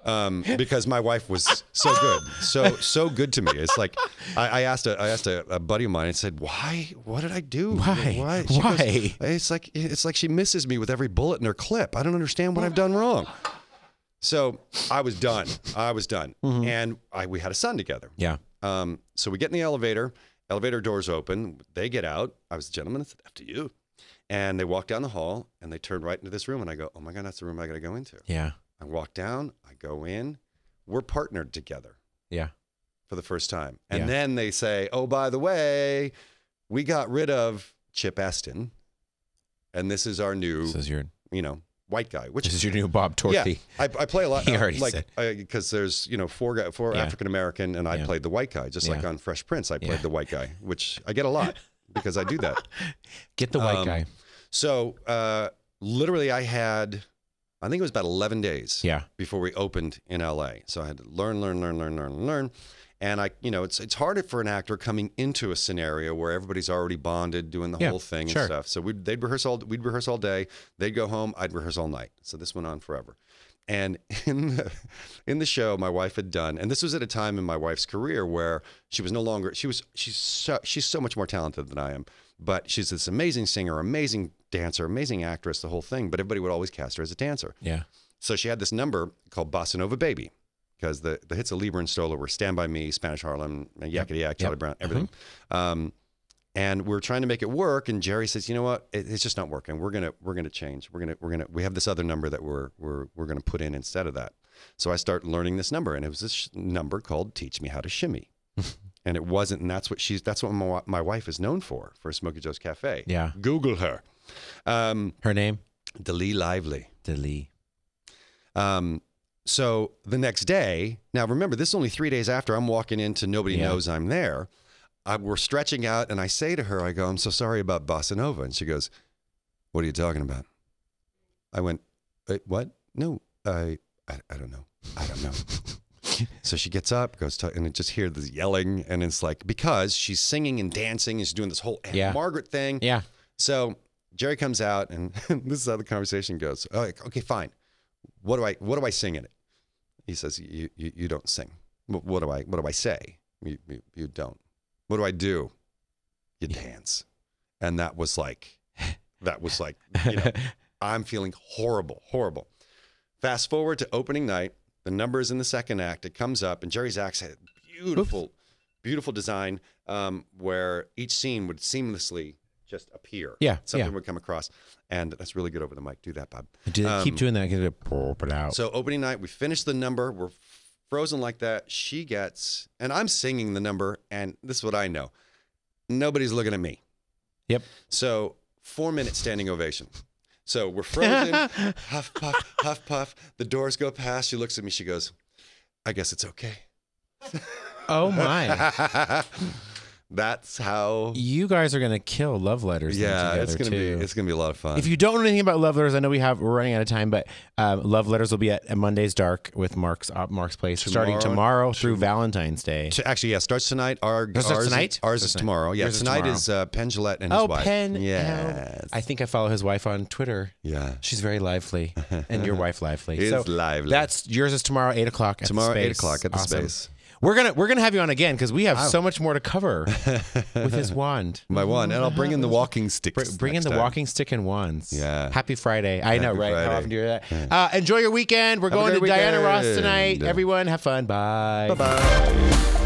[SPEAKER 2] Um, because my wife was so good, so so good to me. It's like I, I asked a I asked a, a buddy of mine and said, "Why? What did I do?
[SPEAKER 1] Why?
[SPEAKER 2] Why? She
[SPEAKER 1] Why?
[SPEAKER 2] goes, it's like it's like she misses me with every bullet in her clip. I don't understand what I've done wrong." So I was done. I was done, and I, we had a son together.
[SPEAKER 1] Mm-hmm. Yeah.
[SPEAKER 2] Um, so we get in the elevator. Elevator doors open. They get out. I was a gentleman. I said, after you. And they walk down the hall and they turn right into this room. And I go, oh my God, that's the room I got to go into.
[SPEAKER 1] Yeah.
[SPEAKER 2] I walk down. I go in. We're partnered together
[SPEAKER 1] Yeah.
[SPEAKER 2] for the first time. And
[SPEAKER 1] Yeah.
[SPEAKER 2] then they say, oh, by the way, we got rid of Chip Eston. And this is our new,
[SPEAKER 1] This is your
[SPEAKER 2] you know, white guy, which
[SPEAKER 1] this is your new Bob Torthy.
[SPEAKER 2] yeah, I, I play a lot.
[SPEAKER 1] He
[SPEAKER 2] uh,
[SPEAKER 1] already
[SPEAKER 2] like
[SPEAKER 1] said.
[SPEAKER 2] because there's you know four guy, four
[SPEAKER 1] Yeah.
[SPEAKER 2] African American, and I
[SPEAKER 1] Yeah.
[SPEAKER 2] played the white guy, just like
[SPEAKER 1] Yeah.
[SPEAKER 2] on Fresh Prince, I played
[SPEAKER 1] Yeah.
[SPEAKER 2] the white guy, which I get a lot because I do that.
[SPEAKER 1] Get the white
[SPEAKER 2] Um,
[SPEAKER 1] guy.
[SPEAKER 2] So uh, literally, I had, I think it was about eleven days
[SPEAKER 1] Yeah.
[SPEAKER 2] before we opened in LA. So I had to learn, learn, learn, learn, learn, learn. And I, you know, it's it's harder for an actor coming into a scenario where everybody's already bonded, doing the
[SPEAKER 1] Yeah,
[SPEAKER 2] whole thing
[SPEAKER 1] sure.
[SPEAKER 2] and stuff. So we'd they'd rehearse all we'd rehearse all day. They'd go home. I'd rehearse all night. So this went on forever. And in the in the show, my wife had done, and this was at a time in my wife's career where she was no longer she was she's so, she's so much more talented than I am, but she's this amazing singer, amazing dancer, amazing actress, the whole thing. But everybody would always cast her as a dancer.
[SPEAKER 1] Yeah.
[SPEAKER 2] So she had this number called Bossa Nova Baby because the, the hits of Lieber and Stoller were Stand By Me, Spanish Harlem, Yakety Yak, Charlie Brown, everything. Um, and we're trying to make it work. And Jerry says, you know what? It, it's just not working. We're going to, we're going to change. We're going to, we're going to, we have this other number that we're, we're, we're going to put in instead of that. So I start learning this number and it was this sh- number called Teach Me How to Shimmy. and it wasn't, and that's what she's, that's what my, wa- my wife is known for, for Smokey Joe's Cafe.
[SPEAKER 1] Yeah.
[SPEAKER 2] Google her. Um,
[SPEAKER 1] Her name?
[SPEAKER 2] Delee Lively.
[SPEAKER 1] Delee.
[SPEAKER 2] Um, so the next day, now remember, this is only three days after I'm walking into nobody
[SPEAKER 1] Yeah.
[SPEAKER 2] knows I'm there. I, we're stretching out, and I say to her, I go, I'm so sorry about Bossa Nova. And she goes, What are you talking about? I went, "Wait, What? No, I, I, I don't know. I don't know. so she gets up, goes to, and I just hear this yelling, and it's like, because she's singing and dancing, and she's doing this whole Aunt
[SPEAKER 1] Yeah.
[SPEAKER 2] Margaret thing.
[SPEAKER 1] Yeah.
[SPEAKER 2] So Jerry comes out, and this is how the conversation goes. Oh, like, okay, fine. What do I what do I sing in it? He says, "You you, you don't sing. What, what do I what do I say? You, you you don't. What do I do? You dance." And that was like, that was like, you know, I'm feeling horrible, horrible. Fast forward to opening night. The numbers in the second act. It comes up, and Jerry's act had beautiful, beautiful design um, where each scene would seamlessly just appear.
[SPEAKER 1] Yeah,
[SPEAKER 2] something
[SPEAKER 1] yeah.
[SPEAKER 2] would come across, and that's really good over the mic. Do that, Bob.
[SPEAKER 1] Do they keep
[SPEAKER 2] Um,
[SPEAKER 1] doing that? Get it pop it out.
[SPEAKER 2] So opening night, we finish the number. We're frozen like that. She gets, and I'm singing the number, and this is what I know. Nobody's looking at me.
[SPEAKER 1] Yep.
[SPEAKER 2] So four minute standing ovation. So we're frozen. huff puff, huff puff. The doors go past. She looks at me. She goes, "I guess it's okay."
[SPEAKER 1] oh my.
[SPEAKER 2] That's how.
[SPEAKER 1] You guys are gonna kill love letters. then
[SPEAKER 2] Yeah, it's
[SPEAKER 1] together,
[SPEAKER 2] gonna
[SPEAKER 1] too.
[SPEAKER 2] be it's gonna be a lot of fun.
[SPEAKER 1] If you don't know anything about love letters, I know we have we're running out of time, but um, love letters will be at, at Monday's Dark with Mark's uh, Mark's Place starting
[SPEAKER 2] Tomorrow-
[SPEAKER 1] tomorrow through Valentine's Day.
[SPEAKER 2] T- actually, yeah, starts tonight. Our
[SPEAKER 1] Does it start
[SPEAKER 2] ours,
[SPEAKER 1] tonight?
[SPEAKER 2] Ours
[SPEAKER 1] Starts
[SPEAKER 2] is
[SPEAKER 1] tonight.
[SPEAKER 2] tomorrow. Yeah,
[SPEAKER 1] Yours is
[SPEAKER 2] tonight
[SPEAKER 1] tomorrow.
[SPEAKER 2] is uh, Penn Gillette and his
[SPEAKER 1] oh,
[SPEAKER 2] wife.
[SPEAKER 1] Penn.
[SPEAKER 2] Yes.
[SPEAKER 1] I think I follow his wife on Twitter.
[SPEAKER 2] yeah.
[SPEAKER 1] She's very lively, and your wife lively.
[SPEAKER 2] Is
[SPEAKER 1] so
[SPEAKER 2] lively.
[SPEAKER 1] That's yours is tomorrow eight o'clock. At
[SPEAKER 2] Tomorrow,
[SPEAKER 1] the space.
[SPEAKER 2] 8 o'clock at the
[SPEAKER 1] Awesome.
[SPEAKER 2] space.
[SPEAKER 1] We're gonna we're gonna have you on again because we have so much more to cover with his wand.
[SPEAKER 2] My one, and I'll bring in the walking sticks.
[SPEAKER 1] Br- bring in
[SPEAKER 2] next
[SPEAKER 1] the
[SPEAKER 2] time.
[SPEAKER 1] walking stick and wands.
[SPEAKER 2] Yeah.
[SPEAKER 1] Happy Friday. I know,
[SPEAKER 2] Happy
[SPEAKER 1] right? How
[SPEAKER 2] Friday.
[SPEAKER 1] often do you hear that? Uh, enjoy your weekend. We're
[SPEAKER 2] a
[SPEAKER 1] going to
[SPEAKER 2] great
[SPEAKER 1] Diana Ross
[SPEAKER 2] weekend.
[SPEAKER 1] tonight. Everyone, have fun. Bye.
[SPEAKER 2] Bye.